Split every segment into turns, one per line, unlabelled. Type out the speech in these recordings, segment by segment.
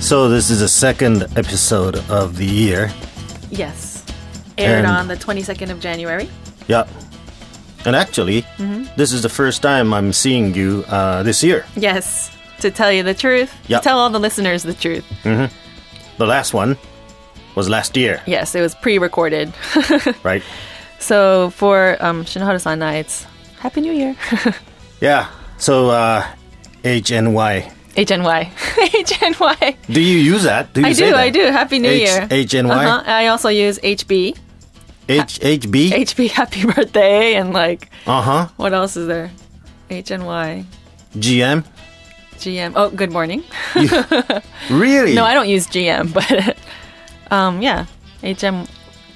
So this is the second episode of the year.
Yes. Aired
And-
on the 22nd of January.
Yeah. And actually,
Mm-hmm.
this is the first time I'm seeing you uh, this year.
Yes. To tell you the truth. to
Yep.
Tell all the listeners the truth.
The last one was last year,
Yes, it was pre recorded.
right?
so for um, Shinohara san it's Happy New Year.
Yeah. So uh, HNY.
HNY. HNY.
Do you use that? Do you
I
say
do,
that?
I do. Happy New
H-
Year.
HNY?
Uh-huh. I also use HB.
H HB.
HB, happy birthday. And like,
uh huh.
what else is there? HNY.
GM.
GM. Oh, good morning.
Really?
No, I don't use GM, but um, yeah. HM.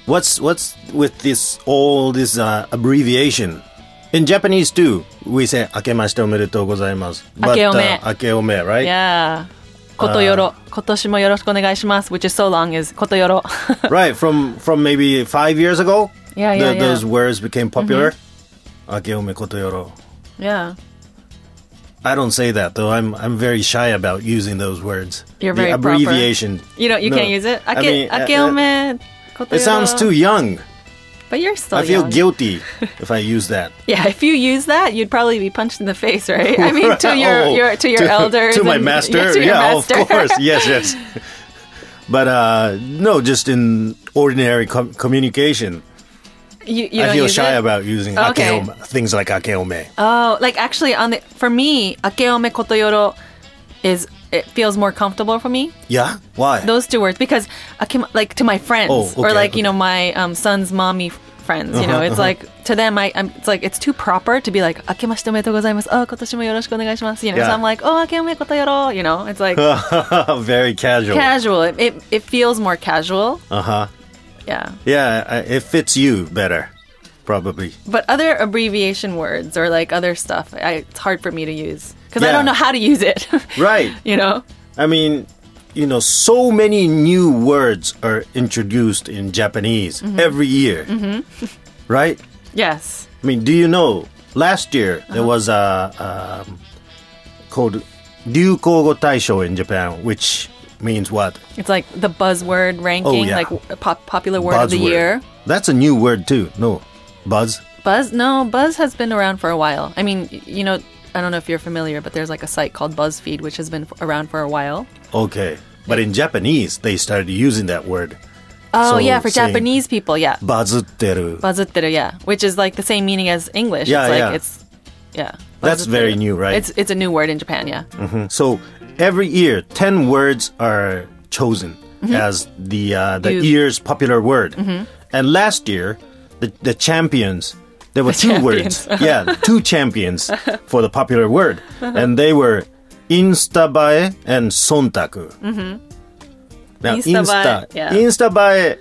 What's what's with this all this uh, abbreviation? In Japanese too, we say "akemashite omedetou gozaimasu." But,
Akeome.
Uh, akeome, right?
Yeah. Kotoyoro. Kotoshimo yoroshiku onegaishimasu, which is so long is kotoyoro.
Right. From from maybe five years ago.
Yeah, yeah,
th-
yeah. Mm-hmm.
Those words became popular. Akeome kotoyoro.
yeah.
I don't say that though. I'm I'm very shy about using those words.
You're
the
very proper.
abbreviation.
You don't. You
No.
can't use it.
I
Ake,
mean, uh,
akeome.
It sounds too young.
But you're still.
I feel
Oh, young.
guilty if I use that.
Yeah, if you use that, you'd probably be punched in the face, right? I mean, to your,
Oh,
your to your elders,
to my
and-
master.
yeah, to your
yeah,
master.
of course. Yes, yes. But uh, no, just in ordinary com- communication,
you, you
I
don't
feel
use
shy
it?
about using
Okay.
akeome, things like akeome.
Oh, like actually, on the for me, akeome kotoyoro is it feels more comfortable for me.
yeah, why?
Those two words because akema, like to my friends
Oh, okay,
or like
okay.
you know my um, son's mommy f- friends. you know,
Uh-huh,
it's
uh-huh.
like to them, I I'm, it's like it's too proper to be like akemashite omedetou gozaimasu. Oh, kotoshi mo yoroshiku onegaishimasu. You know,
Yeah.
so I'm like oh akeome kotoyoro. You know, it's like
very casual.
casual. It, it it feels more casual.
uh huh.
Yeah.
Yeah, I- it fits you better, probably.
But other abbreviation words or like other stuff, I, it's hard for me to use because
Yeah.
I don't know how to use it.
Right.
you know?
I mean, you know, so many new words are introduced in Japanese
Mm-hmm.
every year, right?
Yes.
I mean, do you know? Last year there
Uh-huh.
was a um, called Ryukogo Taisho in Japan, which means what?
It's like the buzzword ranking,
Oh, yeah.
like w- pop, popular word of the
Buzzword.
year.
That's a new word too. No, buzz.
Buzz? No, Buzz has been around for a while. I mean, y- you know, I don't know if you're familiar, but there's like a site called BuzzFeed, which has been f- around for a while.
Okay, but in Japanese they started using that word. So
Oh, yeah, for
saying
Japanese people, yeah.
Mm. Bazutteru.
Buzzetteru, yeah. Which is like the same meaning as English.
Yeah,
it's like
yeah.
it's, yeah.
That's very
Buzzetteru.
new, right? Mm.
It's, it's a new word in Japan, yeah.
So every year, ten words are chosen as the uh, the
Mm-hmm. You- Mm-hmm.
year's popular word. And last year, the the champions there were two
champions. Uh-huh.
words. yeah, two champions for the popular word, and they were instabae and sontaku. Now
Mm-hmm. Instabae,
insta
yeah.
instabae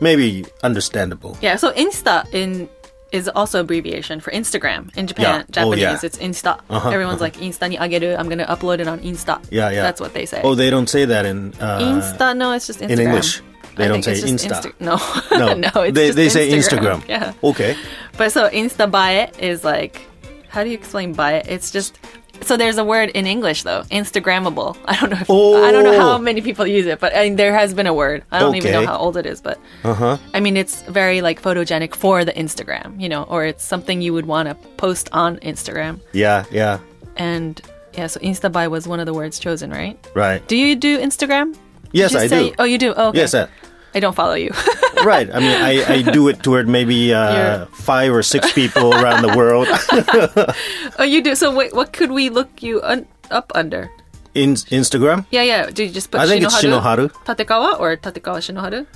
maybe understandable.
Yeah, so Insta in is also abbreviation for Instagram in Japan.
Yeah. Oh,
Japanese,
yeah. Uh-huh,
it's Insta. Everyone's like Insta ni ageru. I'm gonna upload it on Insta.
Yeah, yeah.
That's what they say.
Oh, they don't say that in uh,
Insta? No, it's just Instagram.
in English. They
I
don't
think
say
it's just
Insta.
Insta- no,
No,
no. It's
they
just
they say Instagram.
Yeah,
Okay.
but so Insta buy it is like, how do you explain buy it? It's just so there's a word in English though, Instagrammable. I don't know. If, I don't know how
Oh.
many people use it, but I mean, there has been a word. I don't even know
Okay. Uh-huh.
how old it is, but I mean, it's very like photogenic for the Instagram, you know, or it's something you would want to post on Instagram.
Yeah. Yeah.
And yeah, so Insta buy was one of the words chosen, right?
Right.
Do you do Instagram? Did
Yes,
you
I
say-
do.
Oh, you do. Oh, okay.
Yes, uh,
I don't follow you.
right. I mean, I, I do it toward maybe uh,
You're-
five or six people around the world.
oh, you do. So wait, what could we look you un- up under?
In Instagram,
Yeah, yeah. Do you just put
I think it's
Shinoharu? Tatekawa or Tatekawa Shinoharu?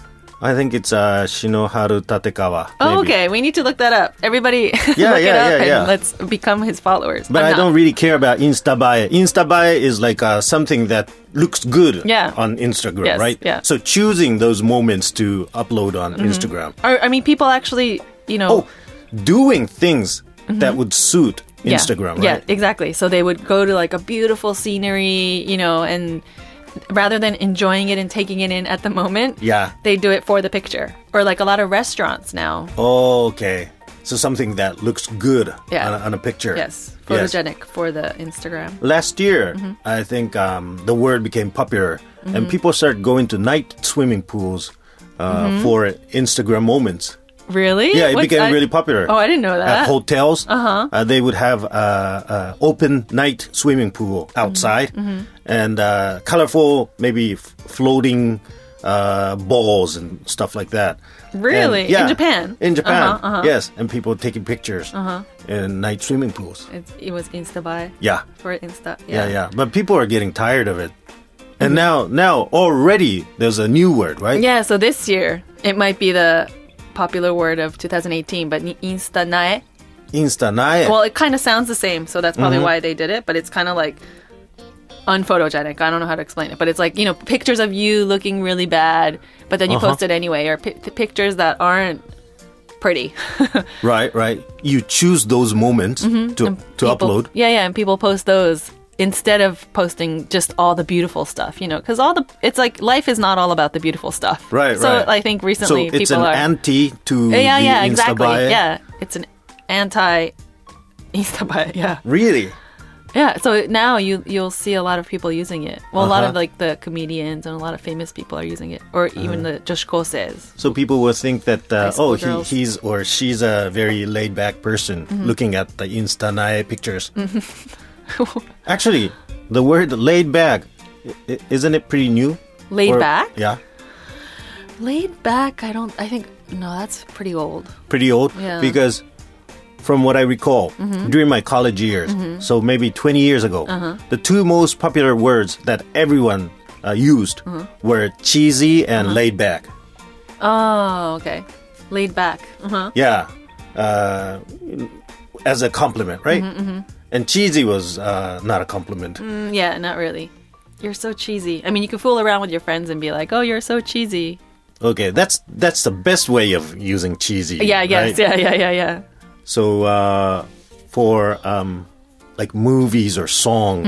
I think it's uh, Shinoharu Tatekawa.
Oh,
maybe.
okay. We need to look that up. Everybody, look
yeah,
it up
yeah,
and
yeah.
let's become his followers.
But
I'm
I
not.
don't really care about Instabuy. Instabuy is like uh, something that looks good
Yeah.
on Instagram,
Yes,
right?
yeah. Mm-hmm.
So choosing those moments to upload on Instagram.
Or, I mean, people actually, you know.
Oh, doing things that would suit
Mm-hmm. yeah,
Instagram,
Yeah,
right?
exactly. So they would go to like a beautiful scenery, you know, and rather than enjoying it and taking it in at the moment,
Yeah.
they do it for the picture. Or like a lot of restaurants now.
Okay. So something that looks good
Yeah.
on, a, on a picture.
Yes, for
Yes.
photogenic for the Mm-hmm. Instagram.
Last year, I think um, the word became popular, and
Mm-hmm.
people started going to night swimming pools uh,
Mm-hmm.
for Instagram moments.
Really?
Yeah, it
What's-
became
I-
really popular.
Oh, I didn't know that.
At hotels, uh-huh. they would have uh, uh, open night swimming pool outside,
Mm-hmm,
and uh, colorful, maybe f- floating uh, balls and stuff like that. And-
Really? In Japan?
In Japan,
Uh-huh, uh-huh.
yes, and people taking pictures in night swimming pools.
it, it was Instabuy
Yeah,
for Insta.
yeah, yeah. But people are getting tired of it, and now, now already there's a new word, right?
Mm-hmm. Yeah, so this year it might be the popular word of 2018, but ni- Insta nae.
Insta nae.
Well, it kind of sounds the same, so that's
Mm-hmm.
probably why they did it. But it's kind of like unphotogenic. I don't know how to explain it, but it's like you know pictures of you looking really bad, but then you
Uh-huh.
post it anyway, or pi- the pictures that aren't pretty to
right, right. You choose those moments
Mm-hmm.
to to upload.
Yeah, yeah, and people post those instead of posting just all the beautiful stuff, you know, because all the it's like life is not all about the beautiful stuff.
Right,
So
right.
I think
So
recently
it's an
people are
anti to
Yeah, yeah,
the
yeah,
Insta
exactly.
bio.
Yeah, it's an anti Insta bio. Yeah,
Really?
yeah. So now you you'll see a lot of people using it. Well, a lot of
Uh-huh.
like the comedians and a lot of famous people are using it, or even the Joshko says.
So people will think that uh,
High school
oh he,
girls. Mm-hmm.
he's or she's a very laid back person looking at the Insta Nae pictures. Actually, the word laid back i- i- isn't it pretty new?
Laid
Or-
back,
Yeah,
laid back. I don't. I think no, that's pretty old.
pretty old
Yeah. Mm-hmm.
because from what I recall during my college years, so maybe 20 years ago,
Uh-huh.
the two most popular words that everyone uh, used
Uh-huh.
were cheesy and laid back.
Oh, okay. Laid back. Uh-huh.
Yeah, uh, as a compliment, right? And cheesy was uh, not a compliment.
Mm-hmm, Mm, yeah, not really. You're so cheesy. I mean, you can fool around with your friends and be like, "Oh, you're so cheesy."
Okay, that's that's the best way of using cheesy.
Yeah, I
right?
guess. Yeah, yeah, yeah, yeah.
So uh, for um, like movies or songs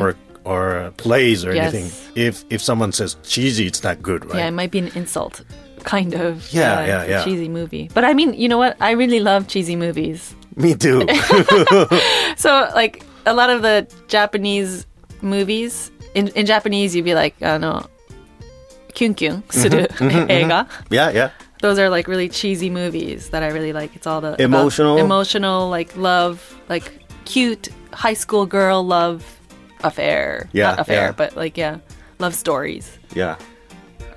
or or plays or
Mm-hmm. Yes.
anything, if if someone says cheesy, it's not good, right?
Yeah, it might be an insult, kind of.
Yeah, yeah,
uh, it's a
yeah.
Cheesy movie, but I mean, you know what? I really love cheesy movies.
Me too.
So, like a lot of the Japanese movies, in, in Japanese, you'd be like, I know, kyun kyun
Mm-hmm,
suru eiga.
yeah, yeah.
Those are like really cheesy movies that I really like. It's all the about
Emotional?
emotional, like love, like cute high school girl love affair.
Yeah,
Not affair,
yeah.
but like yeah, love stories
Yeah.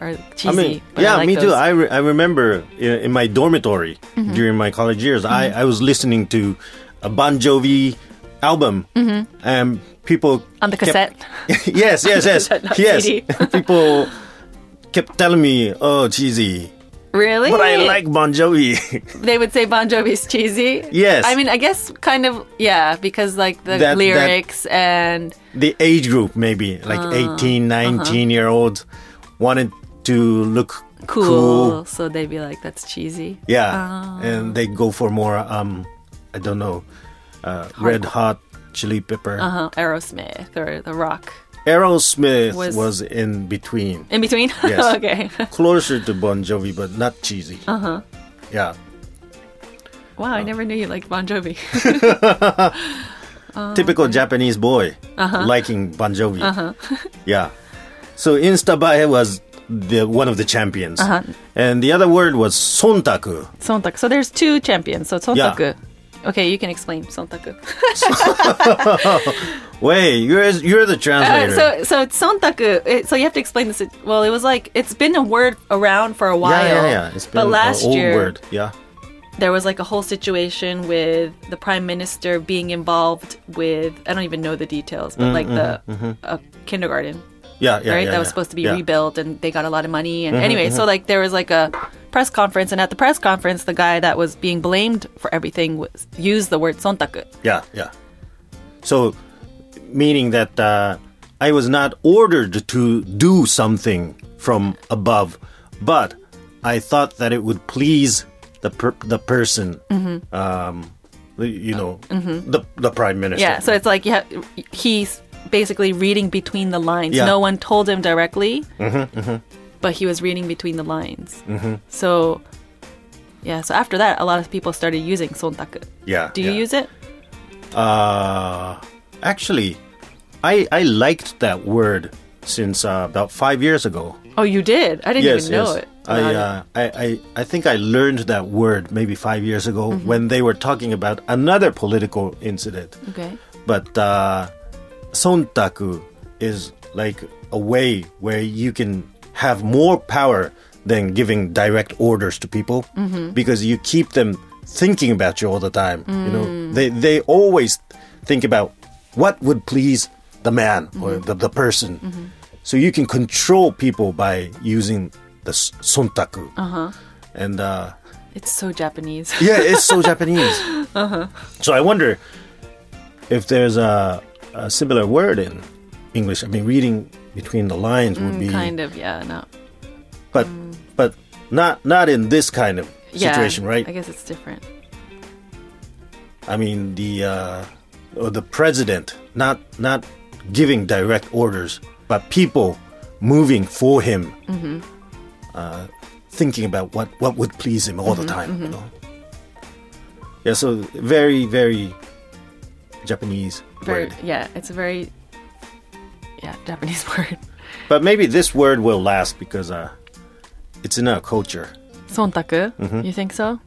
are cheesy.
I mean,
but I
yeah,
like
me too.
those. Mm-hmm.
I, re- I remember in, in my dormitory during my college years, I, I was listening to a Bon Jovi album, and people
Mm-hmm. on the
kept-
cassette.
yes, yes, yes,
Not
yes.
CD.
people kept telling me, "Oh, cheesy,"
Really?
but I like Bon Jovi.
They would say Bon Jovi's cheesy.
Yes.
I mean, I guess kind of yeah, because like the
That- that-
lyrics and
the age group, maybe like
Ah,
18, 19 year olds, wanted to look
uh-huh. cool,
cool.
so they'd be like, "That's cheesy."
Yeah,
Ah.
and they go for more. Um, I don't know, uh, red hot chili pepper.
Uh huh. Aerosmith or The Rock.
Aerosmith was,
Was-
in between,
In between.
Yes.
okay.
closer to Bon Jovi, but not cheesy. Uh
Uh-huh.
huh. Yeah,
Wow, I never knew you liked Bon Jovi. Ah.
typical Japanese boy liking Bon Jovi. Uh-huh. yeah, so Instabae was the one of the champions,
Uh-huh.
and the other word was sontaku.
Sontaku. So there's two champions. So
Yeah.
Sontaku. Okay, you can explain Sontaku.
Wait, you're you're the
Uh,
translator.
so so Sontaku. It, so you have to explain this. Well, it was like it's been a word around for a while.
yeah, yeah, yeah. It's been
but last
an old
year,
word. Yeah.
there was like a whole situation with the prime minister being involved with I don't even know the details, but like the uh, kindergarten,
Yeah, Mm, mm-hmm, yeah,
right?
yeah,
that
yeah.
was supposed to be
Yeah. Mm-hmm,
rebuilt, and they got a lot of money. And anyway, so like there was like a press conference, and at the press conference, the guy that was being blamed for everything was used the word sontaku.
Yeah, yeah. So, meaning that uh, I was not ordered to do something from above, but I thought that it would please the per- the person,
Mm-hmm.
um, the- you know, the the prime minister.
Yeah, so it's like yeah, he's basically reading between the lines.
Yeah. Mm-hmm,
No one told him directly, but he was reading between the lines. So, yeah, so after that, a lot of people started using sontaku.
yeah.
Do you
yeah.
use it?
Uh, actually, I I liked that word since uh, about five years ago.
Oh, you did? I didn't even know it.
I,
Got it.
uh, I, I, I think I learned that word maybe five years ago
Mm-hmm.
when they were talking about another political incident.
okay.
But uh, sontaku is like a way where you can have more power than giving direct orders to people because you keep them thinking about you all the time. You know, they they always think about what would please the man or the, the person. So you can control people by using the s- sontaku. Uh-huh. And uh,
It's so Japanese.
yeah, it's so Japanese.
Uh-huh.
So I wonder if there's a, a similar word in English. I mean, reading between the lines would be,
Mm, kind of, yeah, no.
but but not not in this kind of situation,
yeah,
right?
I guess it's different.
I mean, the uh, or the president not not giving direct orders, but people moving for him, uh,
Mm-hmm.
thinking about what what would please him all the
Mm-hmm,
time. You know? Yeah, so very very Japanese
Very,
word,
yeah, it's a very yeah, Japanese word.
but maybe this word will last because uh, it's in our culture,
Sontaku,
Mm-hmm.
you think so?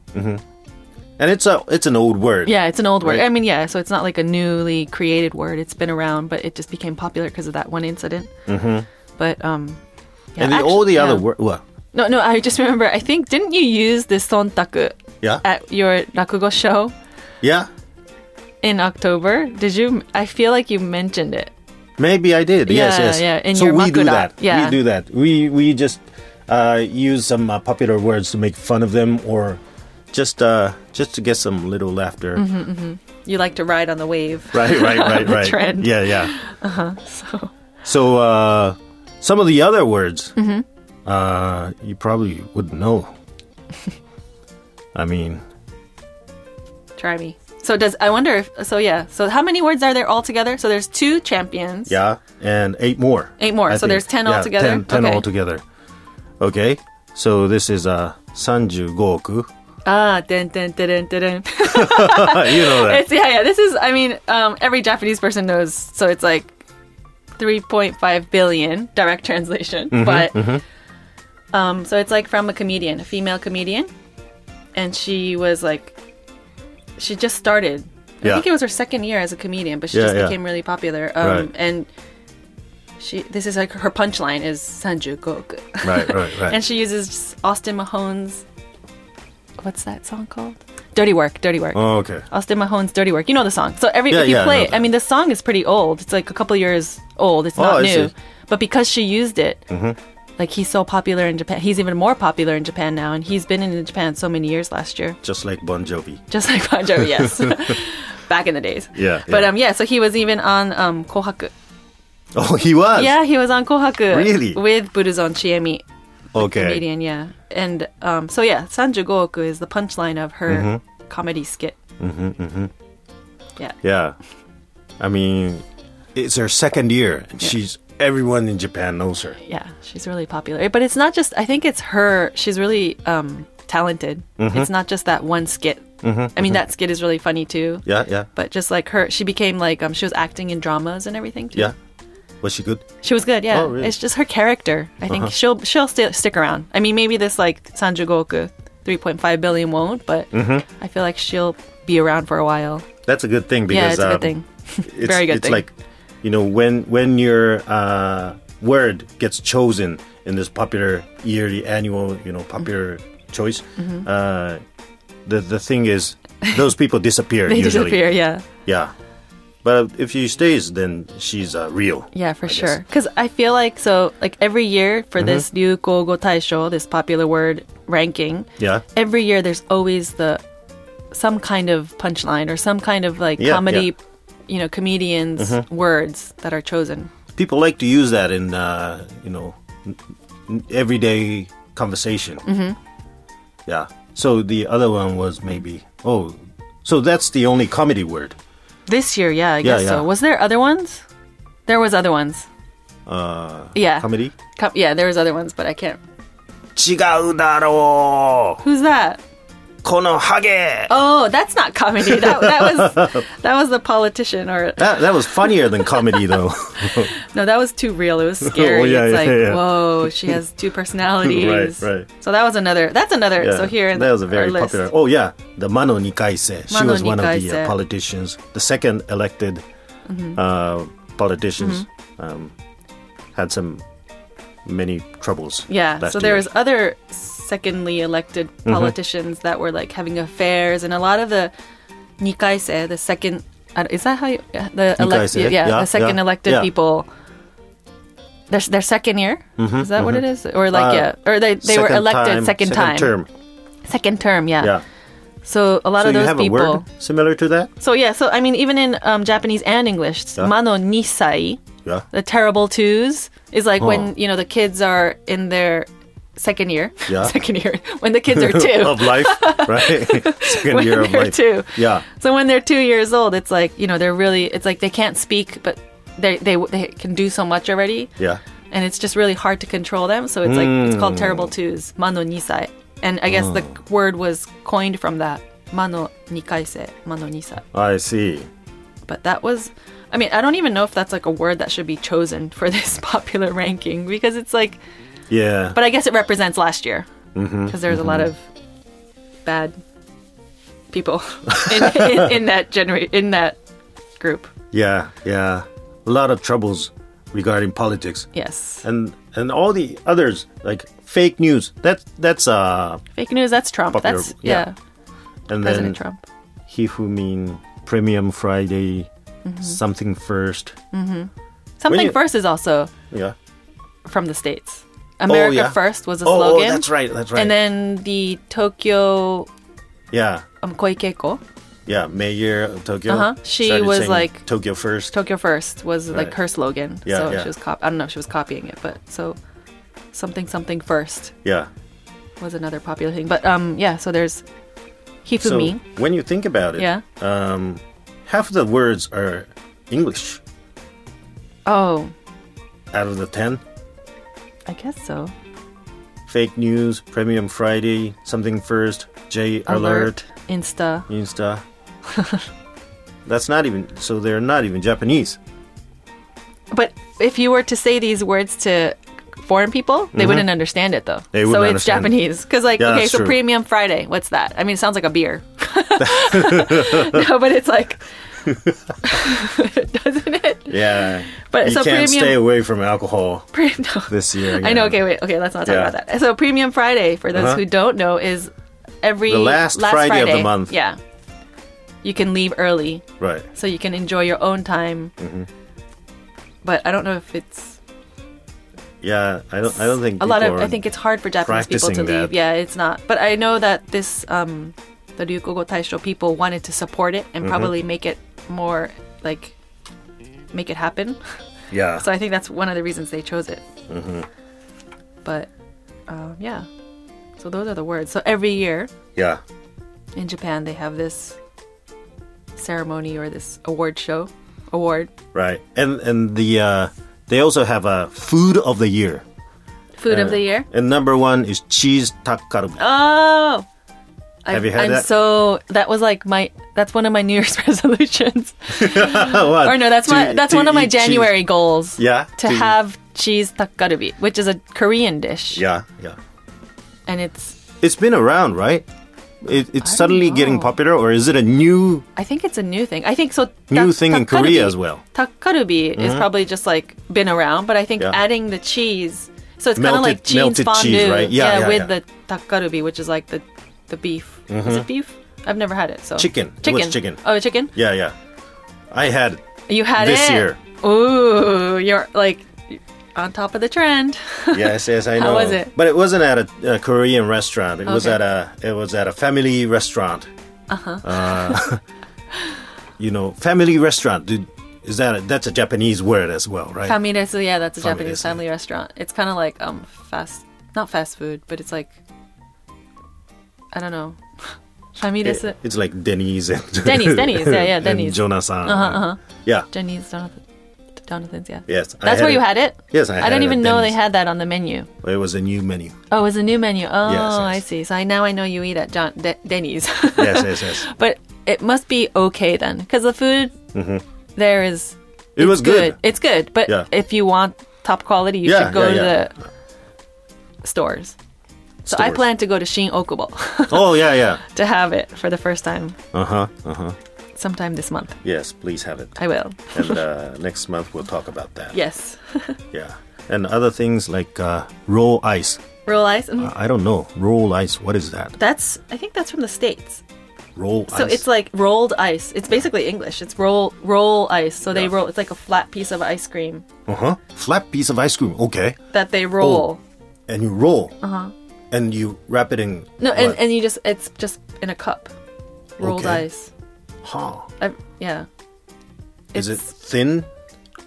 and it's a it's an old word.
Yeah, it's an old word.
Right.
I mean, yeah, so it's not like a newly created word. It's been around, but it just became popular because of that one incident. Mm-hmm. But um, yeah,
and the,
actu-
all the other
yeah.
word. Well,
No, no, I just remember. I think didn't you use this sontaku
yeah,
at your rakugo show
yeah.
in October? Did you? I feel like you mentioned it.
Maybe I did. yes,
Yeah,
yes.
yeah, in
so
your
we do
Makuda.
that. We
Yeah.
do that. We we just uh, use some uh, popular words to make fun of them, or just uh, just to get some little laughter.
You like to ride on the wave.
Right, right, right,
Mm-hmm. The
right.
trend. Uh-huh,
Yeah, yeah.
So
So uh, some of the other words
Mm-hmm.
uh, you probably wouldn't know. I mean,
try me. So does I wonder if so yeah. So how many words are there altogether? So there's two champions.
yeah, and eight more.
Eight more.
I
So there's 10
yeah,
altogether?
10, 10
Okay.
altogether. Okay. So this is uh, 35億.
Ah, dun, dun, dun, dun, dun, dun.
you know that.
it's yeah, yeah. This is I mean, um, every Japanese person knows. So it's like 3.5 billion direct translation,
Mm-hmm,
but um, so it's like from a comedian, a female comedian, and she was like, she just started. I
Yeah.
think it was her second year as a comedian, but she
Yeah,
just
yeah.
became really popular. Um,
Right.
And she, this is like her punchline is Sanju Goku.
right, right, right.
And she uses Austin Mahone's what's that song called? Dirty Work, Dirty Work.
Oh, okay.
Austin Mahone's Dirty Work. You know the song. So every
Yeah,
if you
yeah, I
play
know
it,
that. Oh,
I mean the song is pretty old. It's like a couple years old. It's
I
not
see. Mm-hmm.
new. But because she used it, like he's so popular in Japan. He's even more popular in Japan now, and he's been in Japan so many years last year.
Just like Bon Jovi.
Just like Bon Jovi, yes. Back in the days.
Yeah,
But
yeah.
um yeah, so he was even on um Kohaku.
Oh, he was.
Yeah, he was on Kohaku.
Really?
With Buruzon Chiemi.
Okay.
comedian, yeah. And um, so yeah, Sanjugoku is the punchline of her comedy skit. Mm-hmm, mm-hmm. Yeah,
Yeah. I mean, it's her second year, and she's everyone in Japan knows her.
yeah, she's really popular. But it's not just. I think it's her. She's really um, talented.
Mm-hmm.
It's not just that one skit. I mean, that skit is really funny too.
Yeah, yeah,
But just like her, she became like um, she was acting in dramas and everything too.
yeah. Was she good?
She was good, yeah.
Oh, really? Uh-huh.
It's just her character. I think she'll she'll sti stick around. I mean, maybe this like Sanjugoku 3.5 billion won't, but I feel like she'll be around for a while.
That's a good thing Mm-hmm. because
yeah, it's a
um,
good thing.
It's,
Very good
It's
thing.
like, you know, when when your uh, word gets chosen in this popular yearly annual, you know, popular
Mm-hmm.
choice, uh, the the thing is, those people disappear
They
usually.
disappear, yeah.
Yeah. But if she stays, then she's uh, real.
Yeah, for
I Mm-hmm.
sure. Because I feel like, so, like every year for this Ryukogo Taisho, this popular word ranking,
Yeah.
every year there's always the some kind of punchline or some kind of like
Yeah, Mm-hmm.
comedy, you know, comedians' words that are chosen.
people like to use that in uh, you know n- n- everyday conversation. Mm-hmm. Yeah. So the other one was maybe oh, so that's the only comedy word.
This year, yeah, I
Yeah,
guess
yeah.
so. Was there other ones? There was other ones.
Uh,
Yeah.
Comedy.
Co- yeah, there was other ones, but I can't.
Chigau daro.
Who's that?
konohage.
Oh, that's not comedy. That, that was that was the politician, or
That, that was funnier than comedy, though.
no, that was too real. It was
Oh,
scary.
yeah,
it's
yeah,
like,
yeah.
whoa, she has two personalities.
Right, right.
So that was another. That's another.
Yeah,
So here, in
that was
the-
a very
our list.
popular. Oh yeah, the Mano Nikaise. she
Mano
was one of the
Nikaise. Mm-hmm.
uh, politicians, the second elected uh, politicians. Um, had some many troubles.
Yeah.
that
So there
year. Mm-hmm.
was other secondly elected politicians that were like having affairs, and a lot of the nikaise, the second, I don't- is that how you, uh, the
Nikaise,
elected, yeah,
yeah,
the second
yeah,
elected
yeah.
people. Their, their second year is that what it is or like
Mm-hmm, Uh,
yeah or they, they were
Second
elected
time-
second time
term.
second term yeah,
Yeah.
so a lot
So
of
you
those
have
people
a word similar to that?
so yeah so i mean even in um, japanese and english it's
Yeah.
mano nisai
Yeah.
the terrible twos is like
Oh.
when you know the kids are in their second year
Yeah.
second year when the kids are two
of life, right? second
When
year of
they're
life.
two.
Yeah.
so when they're two years old it's like you know they're really it's like they can't speak but they they, they can do so much already
Yeah.
and it's just really hard to control them so it's like it's called terrible
Hmm.
twos mano nisai and i guess
Oh.
the word was coined from that mano nikaise mano nisai
I see.
but that was i mean i don't even know if that's like a word that should be chosen for this popular ranking because it's like
Yeah. mm-hmm.
but i guess it represents last year because there's a lot of bad people in, in, in that genera- in that group
yeah. Yeah. A lot of troubles regarding politics.
yes
and and all the others like fake news. That that's uh
fake news that's trump
Popular-
that's
yeah.
yeah,
and
president
then
trump
he who mean premium Friday,
Mm-hmm.
something first.
something
you-
first is also
Yeah.
from the states america
Oh, yeah.
first was a
Oh, oh,
slogan
that's right. That's right.
and then the tokyo
yeah,
um, koikeiko
yeah. Mayor of Tokyo.
Uh-huh. She
started
was
saying
like-
Tokyo first.
Tokyo First was like
Right.
her slogan.
Yeah,
so
yeah.
she was cop I don't know if she was copying it, but so something something first
yeah.
was another popular thing. But um yeah, so there's
So
Hifumi.
when you think about it,
Yeah.
um, half the words are English
oh,
out of the ten.
I guess so.
Fake news, premium Friday, something first, J alert.
Insta.
Insta. That's not even so. They're not even Japanese.
But if you were to say these words to foreign people, they wouldn't understand it though.
Mm-hmm. They
so
wouldn't
it's
understand it.
Japanese cuz like
Yeah,
okay,
that's
so
true.
Premium Friday, what's that? I mean, it sounds like a beer. no, but it's like doesn't it?
Yeah,
But
you
so
can't
premium
stay away from alcohol
pre- no.
this year.
I know.
again.
Okay, wait. Okay, let's not talk
Yeah.
about that. So, Premium Friday, for those
Uh-huh.
who don't know, is every
The last Friday of the month.
Yeah, you can leave early
Right.
so you can enjoy your own time.
Mm-hmm.
But I don't know if it's
Yeah, I don't. I don't think
a lot
people
of.
are-
I think it's hard for Japanese people to
practicing that.
leave. Yeah, it's not. But I know that this um, the Ryukogo Taisho people wanted to support it
Mm-hmm.
and probably make it more like make it happen.
yeah.
So I think that's one of the reasons they chose it.
Mm-hmm.
But um, yeah, so those are the words. So every year
yeah.
in Japan, they have this ceremony or this award show, award
Right. And and the uh, they also have a food of the year.
food
Uh,
of the year.
And number one is cheese takkaru.
Oh, I,
Have you had
I'm
that?
so that was like my that's one of my New Year's resolutions.
What?
Uh-huh. or no, that's
To-
my
to
that's one of my
eat cheese.
January goals.
Yeah, to
to,
eat-
have cheese takkarubi, which is a Korean dish.
Yeah, yeah.
and it's
It's been around, right? It, it's
don't
suddenly getting
know.
popular, or is it a new
I think it's a new thing. I think so.
new
tak-
thing in
takkarubi-
Korea as well? Mm-hmm.
Takkarubi is probably just like been around, but I think
Yeah.
adding the cheese, so it's kind of
Melted-
like cheese
melted
fondue,
cheese, right? Yeah, yeah,
with
yeah. Mm-hmm.
the takkarubi, which is like the the beef. Is it beef? I've never had it. So
Chicken. It was
chicken,
chicken.
Oh, chicken.
Yeah, yeah. I had
You had
This
it
year.
Ooh, you're like on top of the trend.
yes, yes, I know.
How was it?
But it wasn't at a, a Korean restaurant. It was
Okay. Uh-huh.
at a it was at a family restaurant. Uh huh. you know, family restaurant. Did, is that a, that's a Japanese word as well, right?
Famiresu, yeah, that's a Japanese
Famiresu.
family restaurant. It's kind of like um fast, not fast food, but it's like I don't know. Famiresu.
It- it's like Denny's and
Denny's, uh-huh. Denny's, yeah, yeah,
and
Denny's.
Jonasan. Uh-huh, Yeah,
Jenny's don't have Donathan's, yeah.
Yes, I
That's
had
where you
it-
had it?
Yes, I had
didn't
it
even
at
know they
Denny's.
had that on the menu.
It was a new menu.
Oh, it was a new menu. Oh,
yes.
I see. So I now I know you eat at John De- Denny's.
Yes, yes, yes.
But it must be okay then, because the food there is.
Mm-hmm. It
it's
was good.
It's good, but
Yeah.
if you want top quality, you
Yeah,
should go
yeah, yeah.
to the stores. So I
Stores.
plan to go to Shin Okubo
Oh yeah, yeah.
to have it for the first time
Uh huh. Uh huh.
sometime this month.
Yes, please have it.
I will.
And uh, next month we'll talk about that.
Yes.
Yeah. And other things like uh, roll ice.
Roll ice. Mm,
I don't know. Roll ice. What is that?
that's I think that's from the states.
Roll ice.
So it's like rolled ice. It's basically English. It's roll roll ice. So they
Yeah.
roll. It's like a flat piece of ice cream
uh huh. Flat piece of ice cream. Okay.
that they
Oh,
roll.
And you roll. Uh huh. And you wrap it in.
Uh-huh. No, and,
what?
and you just it's just in a cup, rolled
Okay.
ice.
Huh.
I, yeah,
Is it
it's
thin?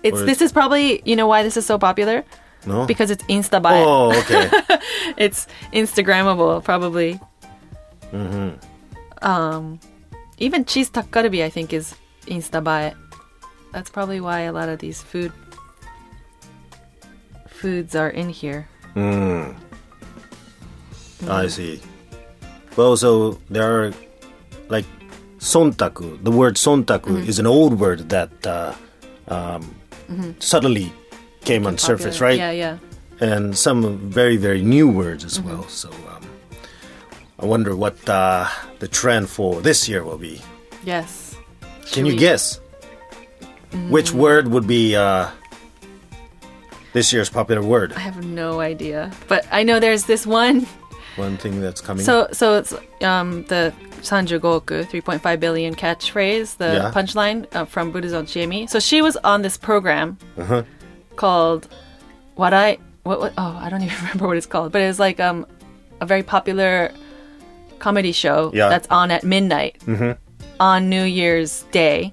it's
or-
this is probably you know why this is so popular
No.
because it's Insta buy.
Oh, okay.
It's Instagrammable probably. Mm-hmm. Um,
Mm-hmm.
even cheese takkarbi I think is Insta buy. That's probably why a lot of these food foods are in here.
I see. Well, so there are like sontaku. The word sontaku
Mm-hmm.
is an old word that uh, um, suddenly came on surface,
Mm-hmm. Popular.
right?
Yeah, yeah.
And some very very new words as
Mm-hmm.
well. So um, I wonder what uh, the trend for this year will be.
Yes.
Can you guess which
Mm.
word would be uh, this year's popular word?
I have no idea, but I know there's this one.
One thing that's coming.
So, so it's um the Sanjugoku 3.5 billion catchphrase, the
Yeah.
punchline uh, from Buddhism Chiemi. So she was on this program
Uh-huh.
called what I what, what oh I don't even remember what it's called, but it was like um a very popular comedy show
Yeah. Mm-hmm.
that's on at midnight on New Year's Day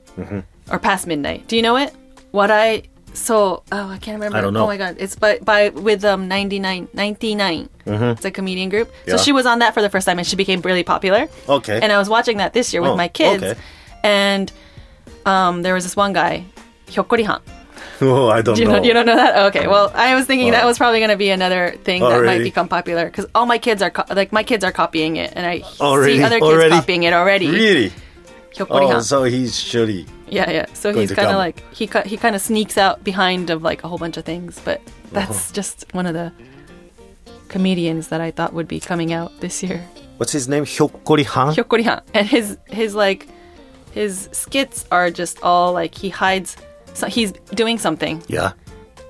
or past midnight. Do you know it? What I so oh I can't remember.
I don't know.
Oh my god, it's by by with um 99 99. It's a comedian group.
Mm-hmm. Yeah.
So she was on that for the first time and she became really popular.
okay.
And uh, I was watching that this year with
Oh,
my kids.
okay.
And um there was this one guy, Hyokorihan.
oh, I don't
Do you,
know.
know, you don't know that? Okay. Well, I was thinking that
Wow.
was probably going to be another thing that
Already?
might become popular because all my kids are co- like my kids are copying it, and I
Already?
see other kids
Oh, Already?
copying it already.
Really?
Hyokorihan.
Oh, so he's surely.
yeah, yeah. So
going
he's
to
kind of
come.
like he ki- he kind of sneaks out behind of like a whole bunch of things, but
Uh-huh.
that's just one of the comedians that I thought would be coming out this year.
What's his name? Hyokorihan?
Hyokorihan, and his his like his skits are just all like he hides. So he's doing something,
yeah.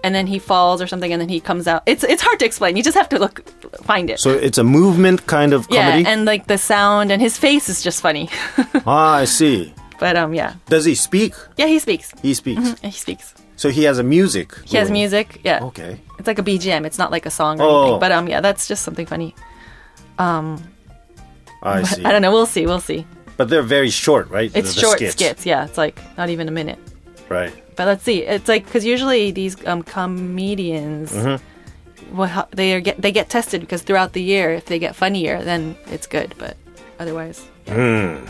and then he falls or something, and then he comes out. It's it's hard to explain. You just have to look, find it.
So it's a movement kind of
yeah,
comedy?
and like the sound and his face is just funny.
ah, I see.
but um, yeah,
Does he speak?
yeah, he speaks. Mm,
He speaks.
He speaks.
So he has a music.
Mm-hmm. He has music. Yeah,
Okay.
it's like a BGM. It's not like a song or
Oh.
anything. But um, yeah, that's just something funny.
I
But
see.
I don't know. We'll see. We'll see.
But they're very short, right?
It's short skits. Yeah, it's like not even a minute.
Right.
But let's see. It's like because usually these um, comedians,
Mm-hmm.
what ho- they are get they get tested because throughout the year, if they get funnier, then it's good. But otherwise, yeah.
Hmm.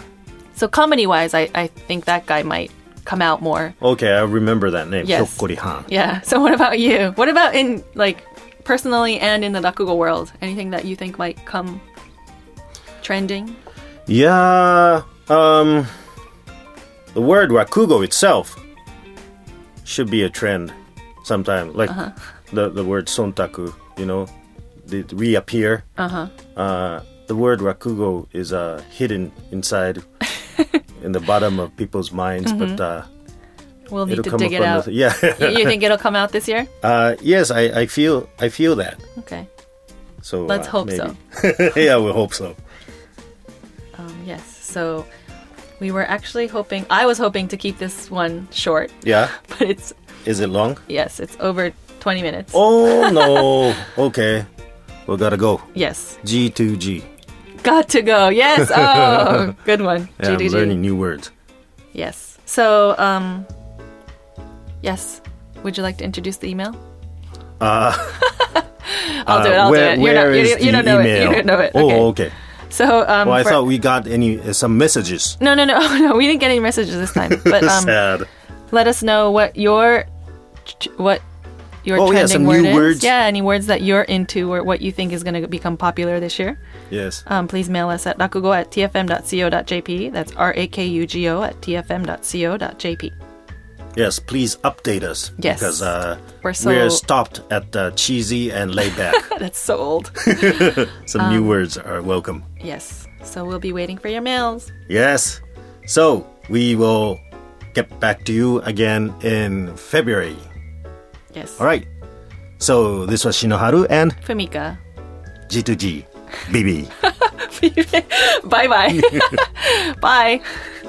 so comedy wise, I I think that guy might come out more.
Okay, I remember that name.
Yes.
Hyokorihan.
Yeah. So what about you? What about in like personally and in the rakugo world? Anything that you think might come trending?
Yeah. Um, the word rakugo itself should be a trend sometime. Like
Uh-huh.
the, the word sontaku, you know, they reappear.
Uh-huh.
uh, the word rakugo is uh, hidden inside in the bottom of people's minds, but uh,
We'll Mm-hmm. need
it'll
to
come
dig
up
it
on
out.
the yeah.
you, you think it'll come out this year?
uh, yes, I, I feel I feel that.
Okay.
So
Let's
uh,
hope
maybe.
so.
yeah, we hope so.
Um, yes. So we were actually hoping I was hoping to keep this one short,
Yeah,
but it's
is it long?
yes, it's over 20 minutes.
Oh no. okay, we gotta go.
Yes.
G to G.
Got to go. Yes. Oh, good one.
Yeah, I'm
GDG.
learning new words.
Yes. So, um, yes. Would you like to introduce the email? Uh, I'll do it.
Uh,
I'll
where
do it. You're
where
not, you,
is
don't- you
the
don't know
email?
it. You don't know it.
Oh, okay.
So, um,
Well, I
for-
thought we got any uh, some messages.
no, Um, no, no, no. We didn't get any messages this time. But um,
Sad.
let us know what your ch- what your
Oh, yeah,
trending
some
word
new
is.
words.
Yeah, any words that you're into or what you think is going to become popular this year.
Yes.
Um, please mail us at rakugo at tfm.co.jp. That's R A K U G O at tfm.co.jp.
Yes, please update us.
Yes.
Because uh,
We're so-
we're stopped at uh, cheesy and layback.
That's so old.
Some
Um,
new words are welcome.
yes. So we'll be waiting for your mails.
Yes. So we will get back to you again in February.
Yes.
All right. So this was Shinoharu and
Famika.
G2G. BB.
bye bye. bye.